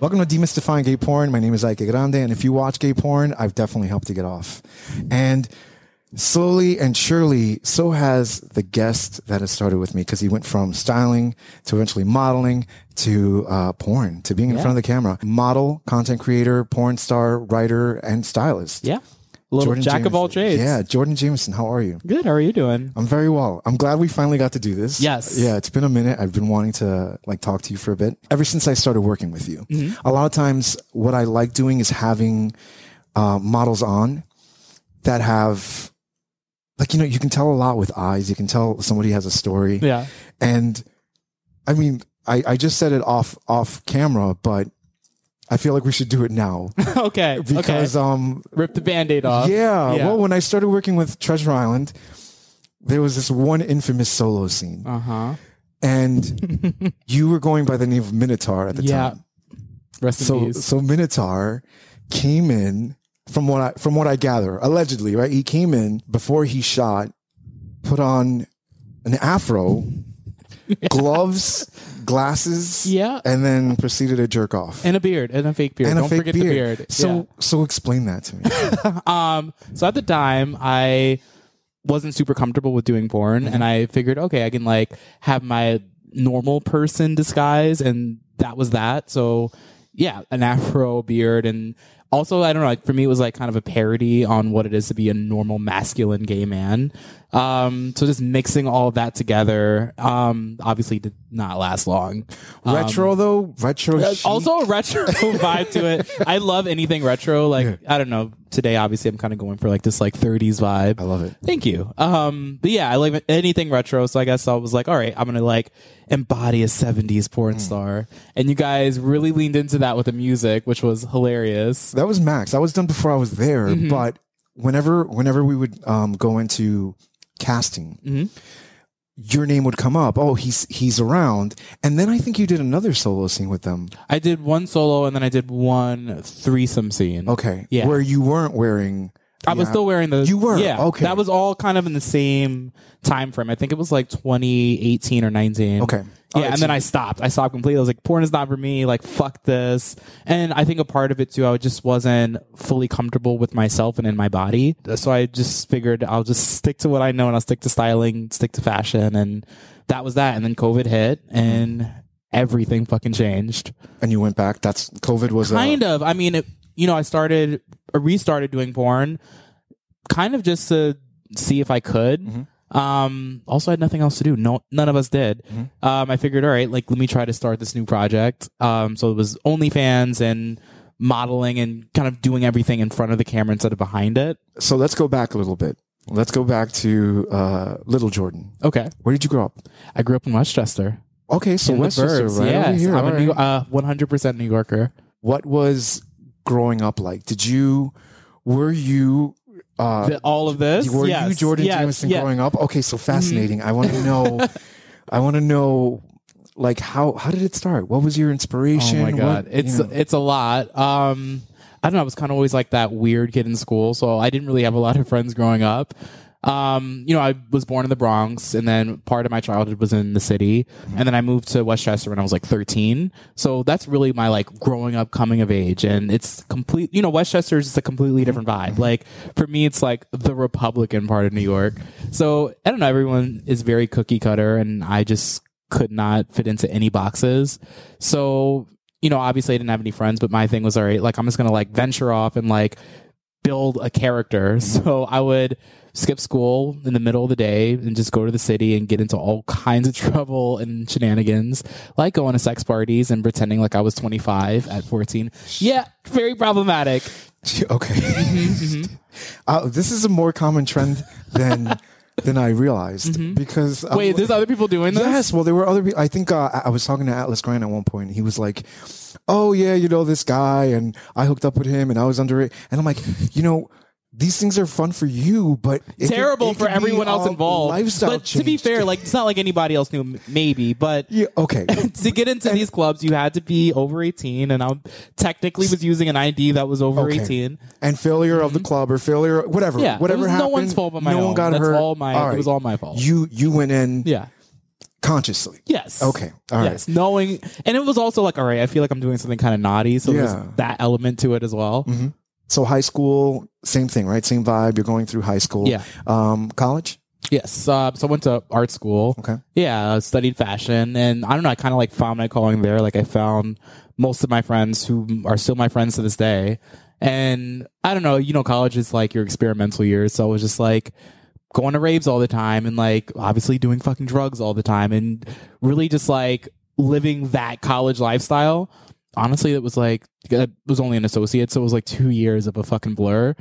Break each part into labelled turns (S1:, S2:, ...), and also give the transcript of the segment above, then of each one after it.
S1: Welcome to Demystifying Gay Porn. My name is Ike Grande, and if you watch gay porn, I've definitely helped to get off. And slowly and surely, so has the guest that has started with me because he went from styling to eventually modeling to uh, porn to being in front of the camera. Model, content creator, porn star, writer, and stylist.
S2: Yeah. Little
S1: Jordan
S2: jack of all
S1: Jameson.
S2: trades.
S1: Yeah, Jordan Jameson, how are you?
S2: Good. How are you doing?
S1: I'm very well. I'm glad we finally got to do this.
S2: Yes.
S1: Yeah, it's been a minute. I've been wanting to like talk to you for a bit. Ever since I started working with you,
S2: Mm-hmm.
S1: a lot of times what I like doing is having uh, models on that have, like, you know, you can tell a lot with eyes. You can tell somebody has a story.
S2: Yeah.
S1: And I mean, I, I just said it off off camera, but I feel like we should do it now
S2: okay.
S1: because
S2: okay.
S1: um
S2: Rip the band aid off.
S1: yeah.
S2: yeah.
S1: Well, when I started working with Treasure Island, there was this one infamous solo scene,
S2: Uh huh.
S1: and you were going by the name of Minotaur at the
S2: Yeah.
S1: time.
S2: Rest in
S1: So,
S2: peace.
S1: so Minotaur came in from what I from what I gather, allegedly, right? He came in before he shot, put on an afro, gloves, glasses,
S2: Yeah.
S1: and then proceeded to jerk off.
S2: and a beard. And a fake beard.
S1: And
S2: Don't forget the beard.
S1: So,
S2: Yeah.
S1: so explain that to me.
S2: Um, so at the time, I wasn't super comfortable with doing porn, and I figured, okay, I can like have my normal person disguise, and that was that. So, yeah, an afro beard, and also I don't know. Like for me, it was like kind of a parody on what it is to be a normal masculine gay man. Um, so just mixing all of that together, um, obviously did not last long. Um, uh,
S1: retro though, retro. chic.
S2: also a retro vibe to it. I love anything retro. Like I don't know. Today, obviously, I'm kind of going for like this like 30s vibe. I
S1: love it.
S2: Thank you. Um, but yeah, I like anything retro. So I guess I was like, all right, I'm gonna like embody a 70s porn
S1: Mm.
S2: star. And you guys really leaned into that with the music, which was hilarious.
S1: that was Max. That was done before I was there.
S2: Mm-hmm.
S1: But whenever whenever we would um, go into casting,
S2: Mm-hmm.
S1: your name would come up. Oh, he's he's around. And then I think you did another solo scene with them.
S2: I did one solo, and then I did one threesome scene.
S1: Okay,
S2: Yeah.
S1: where you weren't wearing.
S2: I was
S1: yeah.
S2: still wearing the.
S1: You were?
S2: yeah.
S1: Okay.
S2: That was all kind of in the same time frame. I think it was like 2018 or 19.
S1: Okay.
S2: Yeah,
S1: Alright,
S2: and then I stopped. I stopped completely. I was like, porn is not for me. Like, fuck this. And I think a part of it too, I just wasn't fully comfortable with myself and in my body. So I just figured I'll just stick to what I know and I'll stick to styling, stick to fashion. And that was that. And then COVID hit and everything fucking changed.
S1: and you went back. That's COVID was.
S2: Kind
S1: a,
S2: of. I mean, it, you know, I started, I restarted doing porn, kind of just to see if I could. Um, also, I had nothing else to do. No, none of us did. Um, I figured, all right, like let me try to start this new project. Um, so it was OnlyFans and modeling and kind of doing everything in front of the camera instead of behind it.
S1: So let's go back a little bit. Let's go back to uh, Little Jordan.
S2: Okay,
S1: Where did you grow up?
S2: I grew up in Westchester.
S1: Okay, so
S2: In the
S1: Westchester,
S2: burbs,
S1: right
S2: yes.
S1: over here.
S2: I'm a
S1: All
S2: New,
S1: right.
S2: uh, 100% New Yorker.
S1: what was growing up like? Did you were you uh,
S2: The- all of this.
S1: Were you
S2: Yes.
S1: Jordan
S2: Yes.
S1: Jameson
S2: Yeah. Mm-hmm.
S1: growing up? Okay, so fascinating. I want to know. I want to know, like how how did it start? What was your inspiration?
S2: Oh my god,
S1: What-
S2: it's
S1: you know.
S2: it's a lot. Um, I don't know. I was kind of always like that weird kid in school, so I didn't really have a lot of friends growing up. Um, you know, I was born in the Bronx, and then part of my childhood was in the city, and then I moved to Westchester when I was like 13. So that's really my like growing up, coming of age, and it's complete. You know, Westchester is just a completely different vibe. Like for me, it's like the Republican part of New York. So I don't know. Everyone is very cookie cutter, and I just could not fit into any boxes. So, you know, obviously I didn't have any friends, but my thing was all right, like I'm just gonna like venture off and like build a character. So I would skip school in the middle of the day and just go to the city and get into all kinds of trouble and shenanigans, like going to sex parties and pretending like I was 25 at 14. Yeah, very problematic.
S1: okay.
S2: Mm-hmm,
S1: uh, this is a more common trend than than I realized because um, I'm
S2: Mm-hmm. Wait,
S1: like-
S2: there's other people doing this?
S1: Yes, well, there were other. peo- I think uh, I- I was talking to Atlas Grant at one point, and he was like, "Oh yeah, you know this guy, and I hooked up with him, and I was under it." And I'm like, you know, these things are fun for you, but it could-
S2: Terrible
S1: it
S2: for
S1: could be
S2: everyone else
S1: all
S2: involved.
S1: Lifestyle
S2: but to be
S1: change.
S2: fair, like it's not like anybody else knew, m- maybe. But
S1: yeah, okay.
S2: to get into these clubs, you had to be over 18, and I technically was using an ID that was over
S1: Okay.
S2: 18.
S1: And failure of the club or failure, whatever,
S2: Mm-hmm. Yeah, it
S1: whatever
S2: was no
S1: happened.
S2: one's fault but my
S1: no
S2: own.
S1: one got
S2: That's
S1: hurt.
S2: all my- it was all my fault.
S1: You you went in.
S2: Yeah.
S1: consciously.
S2: Yes.
S1: Okay. All right.
S2: yes. Knowing, and it was also like, all right, I feel like I'm doing something kind of naughty. So
S1: Yeah. Mm-hmm.
S2: there's that element to it as well.
S1: So high school, same thing, right? Same vibe. You're going through high school.
S2: Yeah.
S1: Um, college.
S2: Yes. Uh, so I went to art school.
S1: Okay.
S2: Yeah. I Studied fashion. And I don't know. I kind of like found my calling there. Like I found most of my friends who are still my friends to this day. And I don't know. You know, college is like your experimental years. So I was just like going to raves all the time and like obviously doing fucking drugs all the time and really just like living that college lifestyle. Honestly, it was like, it was only an associate. So it was like two years of a fucking blur.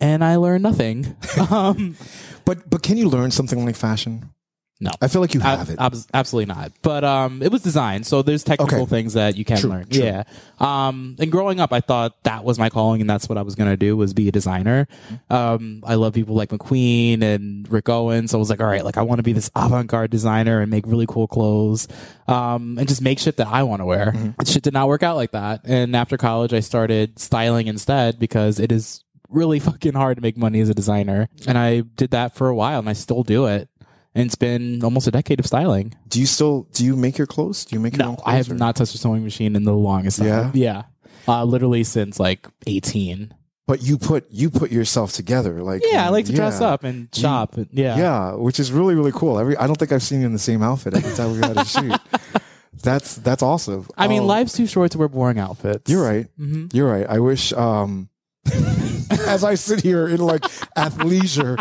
S2: And I learned nothing. um,
S1: But but can you learn something like fashion?
S2: No.
S1: I feel like you
S2: Ab-
S1: have it.
S2: abs- absolutely not. But um, it was designed, so there's technical
S1: Okay.
S2: things that you can
S1: True,
S2: learn.
S1: true.
S2: Yeah. Um, and growing up, I thought that was my calling, and that's what I was gonna do was be a designer. Um, I love people like McQueen and Rick Owens, so I was like, all right, like I want to be this avant-garde designer and make really cool clothes, um, and just make shit that I want to wear.
S1: Mm-hmm.
S2: Shit did not work out like that, and after college, I started styling instead because it is really fucking hard to make money as a designer, and I did that for a while, and I still do it. And it's been almost a decade of styling.
S1: do you still do you make your clothes? Do you make your own
S2: No,
S1: clothes?
S2: I have
S1: or-
S2: not touched a sewing machine in the longest time.
S1: Yeah?
S2: Yeah. Uh, literally since like 18.
S1: But you put you put yourself together. Like
S2: Yeah, I like to dress
S1: yeah.
S2: up and shop. and- yeah.
S1: Yeah, which is really really cool. Every I don't think I've seen you in the same outfit every time we had a shoot. That's that's awesome.
S2: I mean,
S1: Oh,
S2: life's too short to wear boring outfits.
S1: You're right.
S2: Mhm.
S1: You're right. I wish. um As I sit here in like athleisure,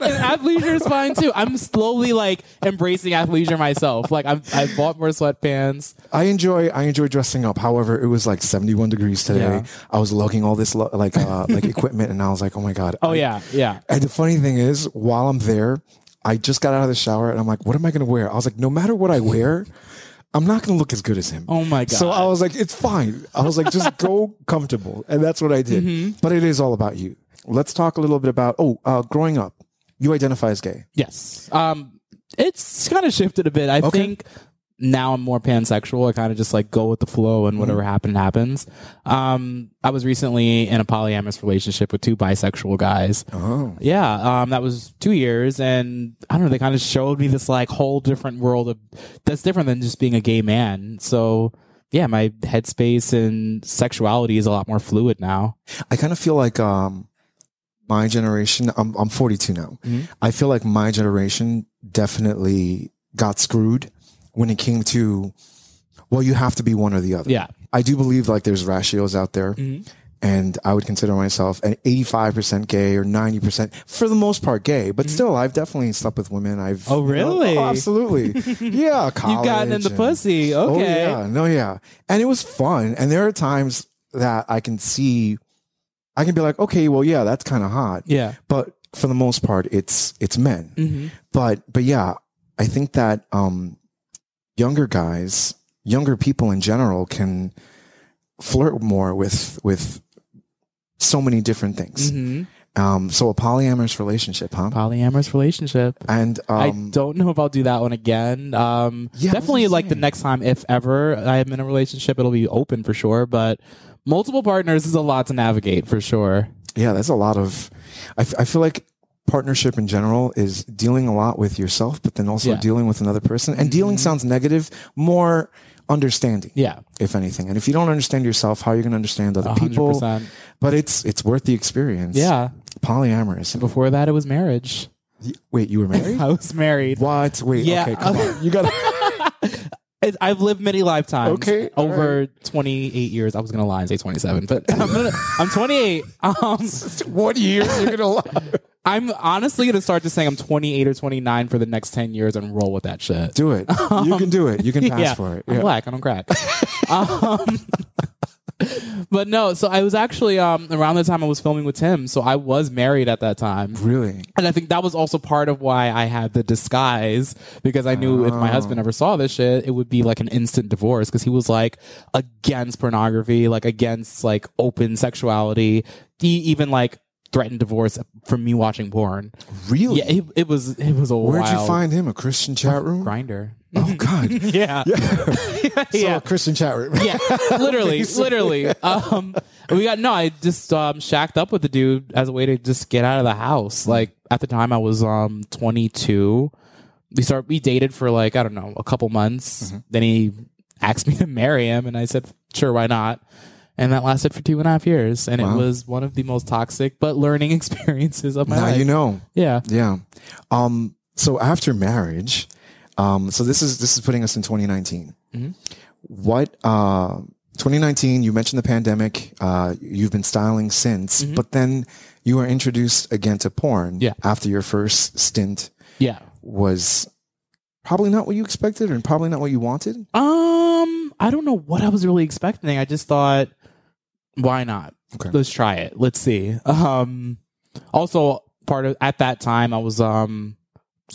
S2: And athleisure is fine too. I'm slowly like embracing athleisure myself. Like I'm, I bought more sweatpants.
S1: I enjoy I enjoy dressing up. However, it was like 71 degrees today.
S2: Yeah.
S1: I was lugging all this lo- like uh, like equipment, and I was like, oh my god.
S2: Oh yeah, yeah.
S1: And the funny thing is, while I'm there, I just got out of the shower, and I'm like, what am I gonna wear? I was like, no matter what I wear, I'm not gonna look as good as him.
S2: Oh my god.
S1: So I was like, it's fine. I was like, just go comfortable. And that's what I did.
S2: Mm-hmm.
S1: But it is all about you. Let's talk a little bit about, oh, uh, growing up, you identify as gay.
S2: Yes. Um, it's kind of shifted a bit. I think now I'm more pansexual. I kind of just like go with the flow and
S1: Mm-hmm.
S2: whatever happened happens. Um, I was recently in a polyamorous relationship with two bisexual guys.
S1: Oh.
S2: Yeah, um, that was two years, and I don't know. They kind of showed me this like whole different world of that's different than just being a gay man. So yeah, my headspace and sexuality is a lot more fluid now.
S1: I kind of feel like um, my generation, I'm, I'm 42 now.
S2: Mhm.
S1: I feel like my generation definitely got screwed when it came to, well, you have to be one or the other.
S2: Yeah.
S1: I do believe like there's ratios out there.
S2: Mm-hmm.
S1: And I would consider myself an 85% gay or 90%, for the most part, gay. But still, I've definitely slept with women. I've.
S2: Mm-hmm. Oh,
S1: you know,
S2: really?
S1: oh, absolutely. yeah. College
S2: You've gotten in the
S1: and-
S2: pussy.
S1: Oh,
S2: Okay.
S1: yeah. No, yeah. And it was fun. And there are times that I can see, I can be like, okay, well, yeah, that's kind of hot.
S2: Yeah.
S1: But for the most part, it's it's men
S2: hmm
S1: but but yeah, I think that um, younger guys, younger people in general, can flirt more with with so many different things.
S2: hmm
S1: Um, so a polyamorous relationship, huh?
S2: Polyamorous relationship.
S1: and
S2: I
S1: um,
S2: don't know if I'll do that one again. Um,
S1: Yeah, I was
S2: definitely,
S1: gonna
S2: like the
S1: say.
S2: next time, if ever I am in a relationship, it'll be open for sure. But multiple partners is a lot to navigate for sure.
S1: yeah, that's a lot of. I, f- I feel like partnership in general is dealing a lot with yourself, but then also
S2: Yeah. Mm-hmm.
S1: dealing with another person. And dealing sounds negative, more understanding,
S2: Yeah,
S1: if anything. And if you don't understand yourself, how are you going to understand other
S2: hundred
S1: people?
S2: percent.
S1: But it's it's worth the experience.
S2: Yeah.
S1: polyamorous.
S2: Before that, it was marriage.
S1: Y- Wait, you were married?
S2: I was married.
S1: what? Wait,
S2: Yeah.
S1: okay, come on. You got
S2: It's- I've lived many lifetimes.
S1: Okay, all
S2: over twenty-eight years. I was gonna lie and say twenty-seven, but I'm, gonna, I'm twenty-eight. Um,
S1: one year. You're gonna lie.
S2: I'm honestly gonna start just saying I'm twenty-eight or twenty-nine for the next ten years and roll with that shit.
S1: Do it. You can do it. You can pass
S2: yeah,
S1: for it.
S2: I'm
S1: Yeah.
S2: black. I don't crack. um, but no, so I was actually um, around the time I was filming with Tim, so I was married at that time.
S1: Really?
S2: And I think that was also part of why I had the disguise because I knew if my husband ever saw this shit, it would be like an instant divorce because he was like against pornography, like against like open sexuality. He even like threatened divorce from me watching porn.
S1: Really?
S2: Yeah, it, it was it was a
S1: Where'd you
S2: wild
S1: find him? A Christian chat room?
S2: grinder.
S1: Oh God.
S2: Yeah.
S1: So a Christian chat room.
S2: Yeah, literally, literally. Um, we got no. I just um, shacked up with the dude as a way to just get out of the house. Like at the time, I was um 22. we start we dated for like I don't know a couple months.
S1: Mm-hmm.
S2: Then he asked me to marry him, and I said sure, why not? And that lasted for two and a half years, and it was one of the most toxic but learning experiences of my
S1: Now
S2: life.
S1: you know.
S2: yeah,
S1: Yeah. Um, so after marriage, um, so this is this is putting us in 2019.
S2: Mm-hmm.
S1: What uh, 2019? You mentioned the pandemic. Uh, you've been styling since, but then you were introduced again to porn.
S2: Mm-hmm. Yeah.
S1: After your first stint
S2: yeah.
S1: was probably not what you expected, and probably not what you wanted.
S2: Um, I don't know what I was really expecting. I just thought, why not?
S1: Okay.
S2: Let's try it. Let's see. Um, also part of at that time I was um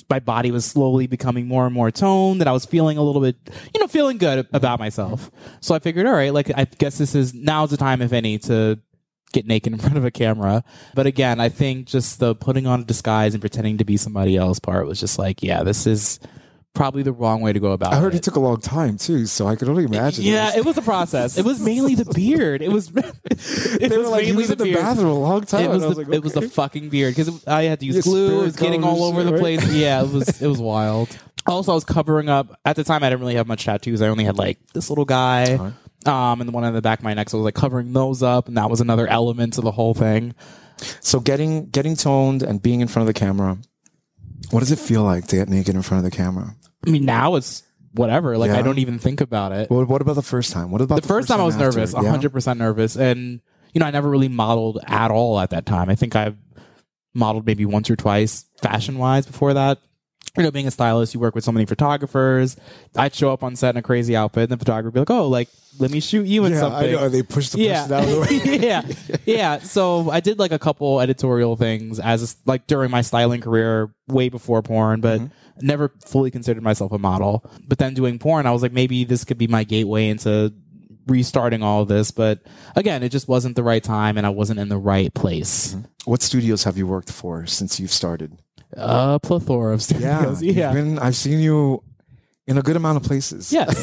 S2: my body was slowly becoming more and more toned and I was feeling a little bit you know feeling good about myself. So I figured all right, like I guess this is now's the time if any to get naked in front of a camera. But again, I think just the putting on a disguise and pretending to be somebody else part was just like, yeah, this is probably the wrong way to go about
S1: I heard
S2: it
S1: it took a long time too, so I could only imagine.
S2: Uh, yeah, it was a process. It was mainly the beard. It was.
S1: they
S2: it
S1: were
S2: was
S1: like, "You
S2: mainly
S1: was in
S2: the
S1: the
S2: beard.
S1: bathroom a long time."
S2: It
S1: And
S2: was,
S1: I
S2: the,
S1: was like,
S2: it was
S1: "Okay."
S2: the fucking beard because I had to use
S1: Your
S2: glue.
S1: spirit
S2: It was getting all
S1: goes,
S2: over the
S1: right?
S2: place. Yeah, it was it was wild. Also, I was covering up at the time. I didn't really have much tattoos. I only had like this little guy, um, and the one on the back of my neck. So I was like covering those up, and that was another element to the whole thing.
S1: So getting getting toned and being in front of the camera, what does it feel like to get naked in front of the camera?
S2: I mean, now it's whatever. Like I
S1: Yeah.
S2: don't even think about it.
S1: What, what about the first time? What about the,
S2: the first time I was
S1: after?
S2: nervous,
S1: Yeah?
S2: 100% nervous. And, you know, I never really modeled at all at that time. I think I've modeled maybe once or twice fashion wise before that. You know, being a stylist, you work with so many photographers. I'd show up on set in a crazy outfit, and the photographer would be like, oh, like, let me shoot you in
S1: Yeah,
S2: something.
S1: I know. They push the
S2: yeah.
S1: person out of the way.
S2: yeah. Yeah. So I did like a couple editorial things as like during my styling career way before porn, but
S1: Mm-hmm.
S2: never fully considered myself a model. But then doing porn, I was like, maybe this could be my gateway into restarting all of this. But again, it just wasn't the right time and I wasn't in the right place.
S1: What studios have you worked for since you've started?
S2: A plethora of studios.
S1: you've
S2: Yeah.
S1: been- I've seen you in a good amount of places.
S2: yes.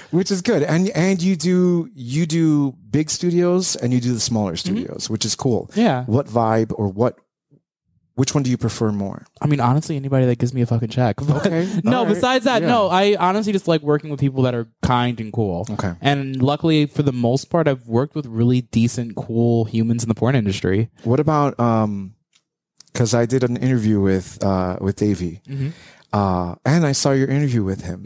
S1: which is good. And and you do you do big studios and you do the smaller studios, which is cool.
S2: Mm-hmm. Yeah.
S1: What vibe or what? Which one do you prefer more?
S2: I mean, honestly, anybody that gives me a fucking check.
S1: Okay.
S2: no,
S1: All right.
S2: besides that,
S1: Yeah.
S2: no. I honestly just like working with people that are kind and cool.
S1: Okay.
S2: And luckily, for the most part, I've worked with really decent, cool humans in the porn industry.
S1: What about um? Because I did an interview with uh with Davey, uh, and I saw your interview with him.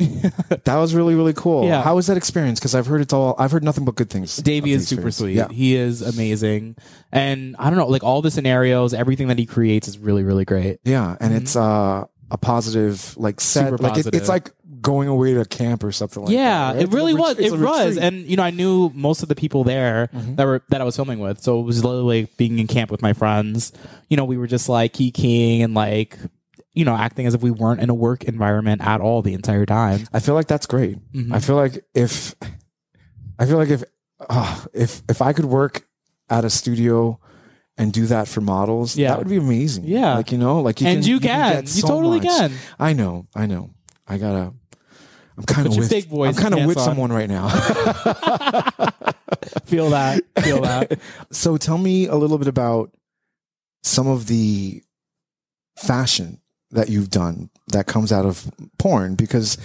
S1: that was really really cool.
S2: Yeah.
S1: How was that experience? Because I've heard it's all I've heard nothing but good things.
S2: Davey
S1: of the
S2: is super
S1: experience.
S2: sweet.
S1: Yeah.
S2: He is amazing. And I don't know, like all the scenarios, everything that he creates is really, really great.
S1: Yeah, and it's uh a positive like set.
S2: Mm-hmm. Super
S1: like It,
S2: positive.
S1: it's like going away to camp or something like
S2: yeah,
S1: that. right?
S2: it really
S1: It's a
S2: was.
S1: ret- it's a
S2: It was,
S1: retreat. Mm-hmm.
S2: and you know, I knew most of the people there that were that I was filming with, so it was literally like being in camp with my friends. You know, we were just like kikiing and like, you know, acting as if we weren't in a work environment at all the entire time.
S1: I feel like that's great. I feel like if I feel like if uh, if if I could work at a studio and do that for models,
S2: Yeah.
S1: that would be amazing.
S2: Yeah.
S1: like you know, like you
S2: And
S1: can,
S2: you can.
S1: get
S2: You totally can.
S1: I know, I know. I gotta. I'm kind of
S2: your
S1: with.
S2: big boy
S1: I'm kind of
S2: pants
S1: with
S2: on.
S1: someone right now.
S2: Feel that. Feel that.
S1: so tell me a little bit about some of the fashion that you've done that comes out of porn because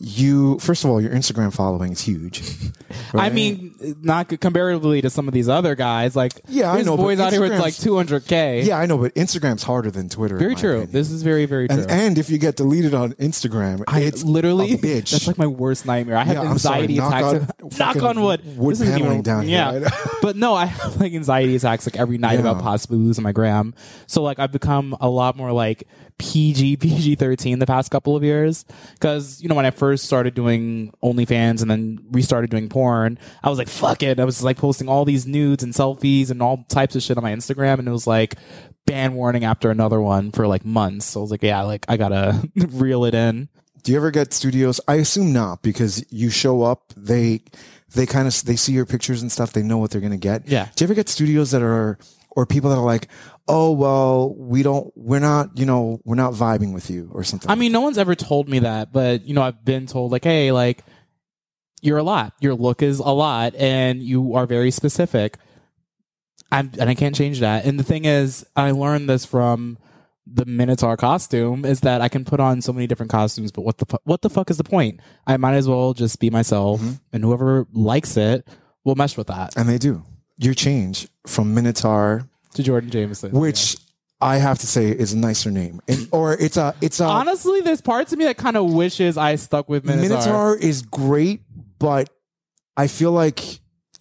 S1: you first of all your instagram following is huge
S2: I
S1: right?
S2: mean, not c- comparatively to some of these other guys. Like,
S1: Yeah, I
S2: there's
S1: know, but
S2: boys out here with
S1: Instagram's-
S2: like 200k.
S1: Yeah, I know, but Instagram's harder than Twitter. in
S2: very
S1: my
S2: true.
S1: opinion.
S2: This is very, very true.
S1: and, and if you get deleted on Instagram,
S2: I
S1: it's
S2: literally,
S1: a oh, bitch.
S2: that's like my worst nightmare. I have
S1: Yeah, I'm sorry,
S2: anxiety
S1: knock
S2: attacks.
S1: on-
S2: knock
S1: fucking
S2: on wood.
S1: wood
S2: This isn't
S1: paneling down here,
S2: Yeah,
S1: right?
S2: but no, I have like anxiety attacks like every night about possibly losing my gram. So like I've become a lot more like PG PG thirteen the past couple of years because you know when I first started doing OnlyFans and then restarted doing porn, I was like fuck it. I was like posting all these nudes and selfies and all types of shit on my Instagram, and it was like ban warning after another one for like months. So I was like, yeah, like I gotta reel it in.
S1: do you ever get studios? I assume not because you show up, they they kind of they see your pictures and stuff, they know what they're going to get.
S2: Yeah.
S1: Do you ever get studios that are or people that are like, "Oh, well, we don't we're not, you know, we're not vibing with you" or something.
S2: I mean, no one's ever told me that, but you know, I've been told like, hey, like you're a lot. Your look is a lot, and you are very specific. I'm, and I can't change that. And the thing is, I learned this from the Minotaur costume is that I can put on so many different costumes, but what the fu- what the fuck is the point? I might as well just be myself,
S1: Mm-hmm.
S2: and whoever likes it will mesh with that.
S1: And they do. Your change from Minotaur,
S2: To Jordan Jameson,
S1: which I have to say is a nicer name, and, or it's a it's a
S2: honestly, there's parts of me that kind of wishes I stuck with Minotaur.
S1: Minotaur is great, but I feel like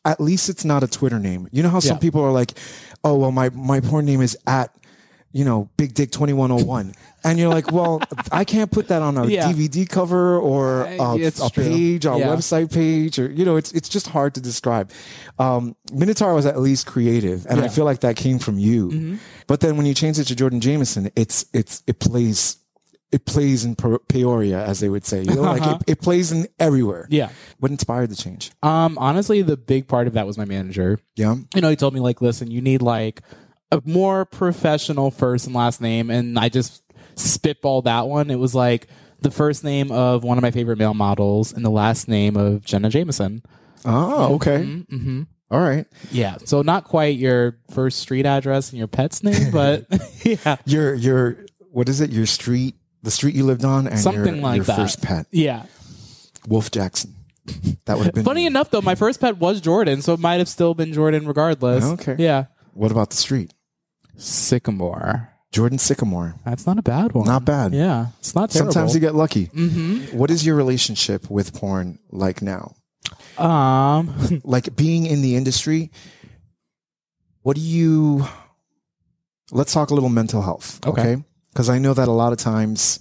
S1: at least it's not a Twitter name. You know how some
S2: Yeah.
S1: people are like, "Oh, well, my my porn name is at." You know, Big Dick twenty one oh one, and you're like, well, I can't put that on a
S2: Yeah.
S1: DVD cover or
S2: Uh,
S1: a,
S2: it's
S1: a
S2: true.
S1: page, our
S2: Yeah.
S1: website page, or you know, it's it's just hard to describe. Um, Minotaur was at least creative, and I
S2: Yeah. Mm-hmm.
S1: feel like that came from you. But then when you change it to Jordan Jameson, it's it's it plays it plays in Pe- Peoria, as they would say. You know, like it, it plays in everywhere.
S2: Uh-huh. Yeah.
S1: What inspired the change?
S2: Um, honestly, the big part of that was my manager.
S1: Yeah.
S2: You know, he told me like, listen, you need like a more professional first and last name, and I just spitballed that one. It was like the first name of one of my favorite male models and the last name of Jenna Jameson.
S1: Oh, okay.
S2: Mm-hmm.
S1: All right.
S2: Yeah, so not quite your first street address and your pet's name, but yeah,
S1: Your your what is it? Your street, the street you lived on, and
S2: Something
S1: your,
S2: like
S1: your
S2: that.
S1: first pet,
S2: yeah.
S1: Wolf Jackson. That would have been
S2: Funny enough, though, my first pet was Jordan, so it might have still been Jordan regardless.
S1: Okay.
S2: Yeah.
S1: What about the street?
S2: Sycamore.
S1: Jordan Sycamore.
S2: That's not a bad one.
S1: Not bad.
S2: Yeah, it's not terrible.
S1: Sometimes you get lucky.
S2: Mm-hmm.
S1: What is your relationship with porn like now?
S2: Um,
S1: like being in the industry what do you let's talk a little mental health
S2: Okay.
S1: okay because i know that a lot of times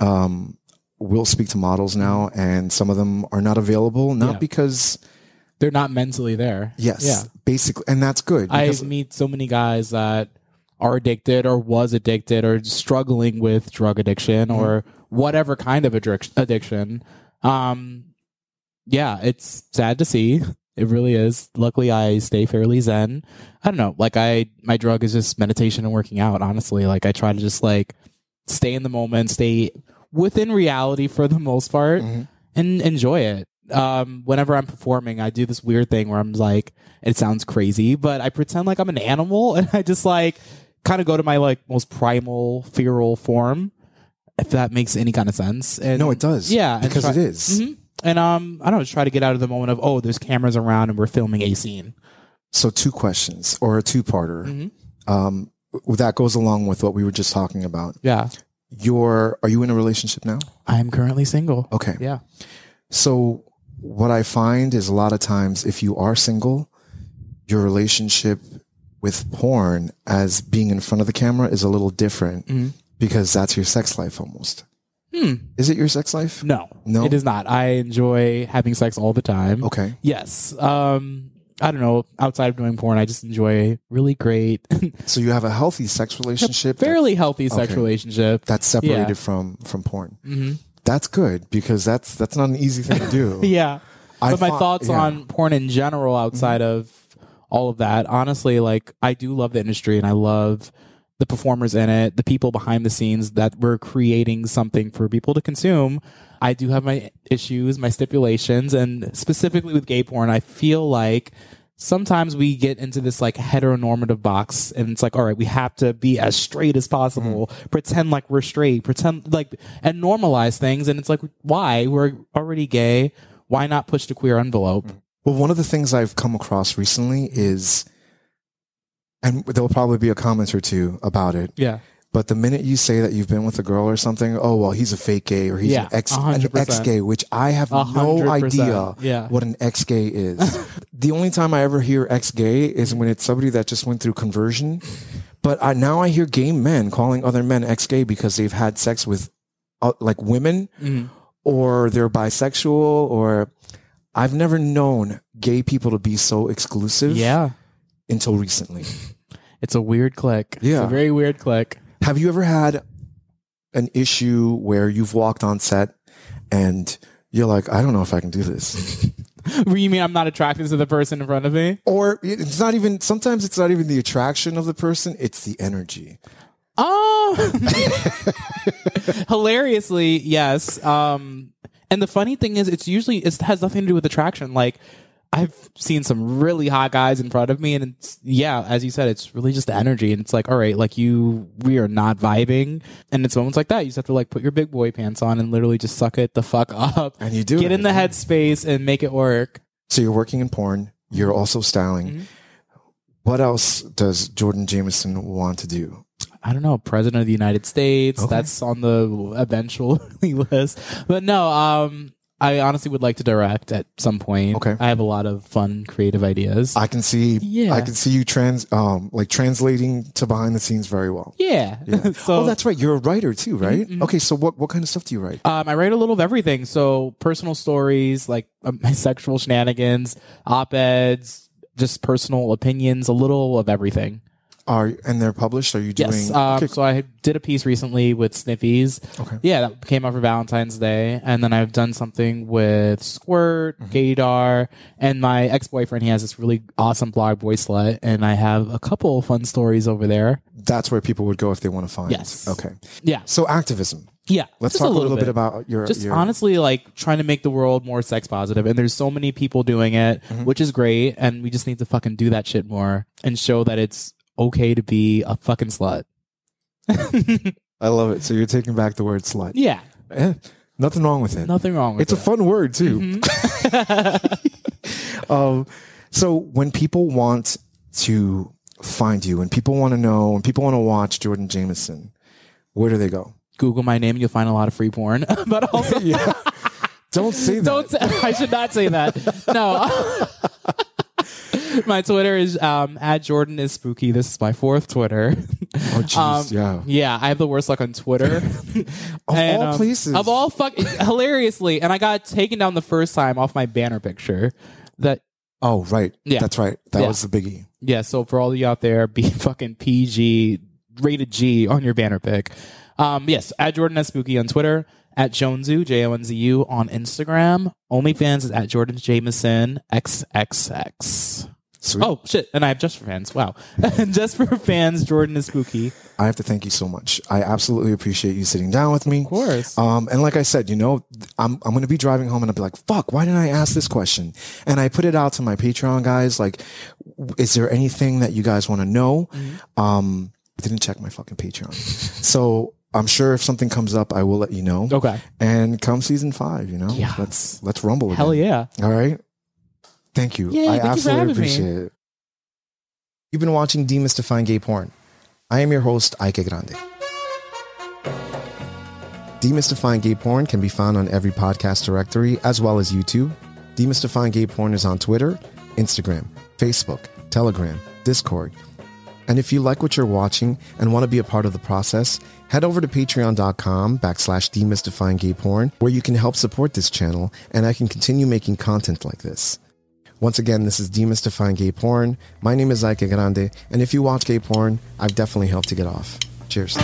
S1: um, we'll speak to models now and some of them are not available not
S2: Yeah.
S1: because
S2: they're not mentally there.
S1: yes
S2: Yeah.
S1: basically and that's good
S2: I
S1: because-
S2: meet so many guys that are addicted or was addicted or struggling with drug addiction
S1: Mm-hmm.
S2: or whatever kind of addic- addiction. Um, yeah, it's sad to see. It really is. Luckily, I stay fairly zen. I don't know. Like I, my drug is just meditation and working out. Honestly, like I try to just like stay in the moment, stay within reality for the most part,
S1: Mhm.
S2: and enjoy it. Um, whenever I'm performing, I do this weird thing where I'm like, it sounds crazy, but I pretend like I'm an animal, and I just like kind of go to my like most primal, feral form. If that makes any kind of sense. And
S1: no it does
S2: Yeah, and
S1: because
S2: try-
S1: it is.
S2: Mhm. And um, I don't know, just try to get out of the moment of oh, there's cameras around and we're filming a scene.
S1: so two questions or a two-parter
S2: Mhm.
S1: um, w- that goes along with what we were just talking about
S2: Yeah,
S1: your are you in a relationship now
S2: I am currently single.
S1: okay
S2: Oh, Yeah,
S1: So what I find is a lot of times if you are single, your relationship with porn as being in front of the camera is a little different
S2: Mhm.
S1: because that's your sex life almost.
S2: Hmm.
S1: Is it your sex life?
S2: no,
S1: No?
S2: it is not. I enjoy having sex all the time.
S1: Okay.
S2: Yes. Um, I don't know. Outside of doing porn, I just enjoy really great,
S1: So you have a healthy sex relationship that-
S2: fairly healthy sex
S1: Okay.
S2: relationship.
S1: that's separated
S2: Yeah.
S1: from from porn.
S2: hmm
S1: That's good because that's that's not an easy thing to do.
S2: Yeah.
S1: I
S2: but my
S1: fi-
S2: thoughts
S1: yeah.
S2: on porn in general outside of all of that honestly like i do love the industry and i love the performers in it the people behind the scenes that we're creating something for people to consume i do have my issues my stipulations and specifically with gay porn i feel like sometimes we get into this like heteronormative box and it's like all right we have to be as straight as possible pretend like we're straight pretend like and normalize things and it's like why we're already gay why not push the queer envelope
S1: Well, one of the things I've come across recently is and there'll probably be a comment or two about it.
S2: yeah
S1: But the minute you say that you've been with a girl or something, oh well, he's a fake gay or he's
S2: Yeah,
S1: an ex an
S2: 100%.
S1: ex gay, which I have
S2: A
S1: no
S2: hundred
S1: idea
S2: percent, yeah.
S1: what an ex gay is. the only time I ever hear ex gay is when it's somebody that just went through conversion. But I, now I hear gay men calling other men ex gay because they've had sex with uh, like women
S2: Mm-hmm.
S1: or they're bisexual or I've never known gay people to be so exclusive
S2: yeah
S1: until recently.
S2: it's a weird click
S1: Yeah.
S2: it's a very weird click
S1: Have you ever had an issue where you've walked on set and you're like, I don't know if I can do this?
S2: you mean i'm not attracted to the person in front of me
S1: or it's not even, sometimes it's not even the attraction of the person, it's the energy.
S2: Oh, hilariously, yes. Um, and the funny thing is, it's usually it has nothing to do with attraction. Like, I've seen some really hot guys in front of me, and it's, yeah, as you said, it's really just the energy, and it's like, all right, like you, we are not vibing, and it's moments like that you just have to like put your big boy pants on and literally just suck it the fuck up,
S1: And you do
S2: get
S1: it.
S2: in the headspace and make it work.
S1: So you're working in porn. You're
S2: Mm-hmm.
S1: also styling. What else does Jordan Jameson want to do?
S2: I don't know, president of the United States.
S1: Okay.
S2: That's on the eventually list. But no, um, I honestly would like to direct at some point.
S1: Okay.
S2: I have a lot of fun, creative ideas.
S1: I can see.
S2: Yeah.
S1: I can see you trans um like translating to behind the scenes very well.
S2: yeah. so
S1: oh, that's right. You're a writer too, right?
S2: Mm-hmm.
S1: Okay. So what what kind of stuff do you write?
S2: Um, I write a little of everything. So personal stories, like um, my sexual shenanigans, op eds, just personal opinions, a little of everything.
S1: Are and they're published? Are you doing?
S2: Yes. Um,
S1: okay,
S2: So I had- did a piece recently with Sniffies.
S1: Okay.
S2: Yeah, that came out for Valentine's Day, and then I've done something with Squirt,
S1: Mm-hmm.
S2: Gaydar, and my ex boyfriend. He has this really awesome blog, Boy Slut, and I have a couple fun stories over there.
S1: that's where people would go if they want to find.
S2: Yes.
S1: Okay.
S2: Yeah.
S1: So activism.
S2: Yeah.
S1: Let's
S2: just
S1: talk a little, bit. about your.
S2: just
S1: your,
S2: honestly like trying to make the world more sex positive and there's so many people doing it
S1: Mm-hmm.
S2: which is great and we just need to fucking do that shit more and show that it's okay to be a fucking slut
S1: I love it. So you're taking back the word slut.
S2: yeah
S1: Eh, nothing wrong with it.
S2: nothing wrong with Mm-hmm.
S1: It's a fun word too. um, so when people want to find you, and people want to know, and people want to watch Jordan Jameson, where do they go?
S2: google my name and you'll find a lot of free porn but also
S1: Yeah. Don't say that.
S2: don't say, i should not say that no my twitter is um, at jordan is spooky this is my fourth twitter
S1: oh,
S2: um,
S1: jeez. yeah.
S2: Yeah, I have the worst luck on Twitter. of
S1: all places.
S2: Of all fuck hilariously, and I got taken down the first time off my banner picture. That
S1: Oh, right.
S2: Yeah.
S1: That's right. That
S2: Yeah.
S1: was the biggie.
S2: yeah, so for all you out there, be fucking PG rated G on your banner pic. Um yes, at Jordan S. Spooky on Twitter, at Jonesu, J O N Z U on Instagram. OnlyFans is at Jordan Jameson XXX.
S1: Sweet.
S2: Oh shit, and I have just for fans. Wow. just for fans, Jordan is spooky.
S1: I have to thank you so much. I absolutely appreciate you sitting down with me. Of
S2: course.
S1: Um, and like I said, you know, I'm, I'm going to be driving home and I'll be like, fuck, why didn't I ask this question? And I put it out to my Patreon guys. Like, w- is there anything that you guys want to know?
S2: Mm-hmm.
S1: Um, I didn't check my fucking Patreon. so I'm sure if something comes up, I will let you know.
S2: Okay.
S1: And come season five, you know,
S2: Yeah.
S1: let's, let's rumble.
S2: Hell
S1: again.
S2: yeah.
S1: All right. Thank you.
S2: Yeah,
S1: I
S2: thank you for
S1: absolutely
S2: having me.
S1: appreciate it. You've been watching Demystifying Gay Porn. I am your host, Ike Grande. Demystifying Gay Porn can be found on every podcast directory as well as YouTube. Demystifying Gay Porn is on Twitter, Instagram, Facebook, Telegram, Discord. And if you like what you're watching and want to be a part of the process, head over to patreon.com backslash demystifying gay porn, where you can help support this channel and I can continue making content like this. Once again, this is Demystifying Gay Porn. My name is Ike Grande, and if you watch gay porn, I've definitely helped to get off. Cheers.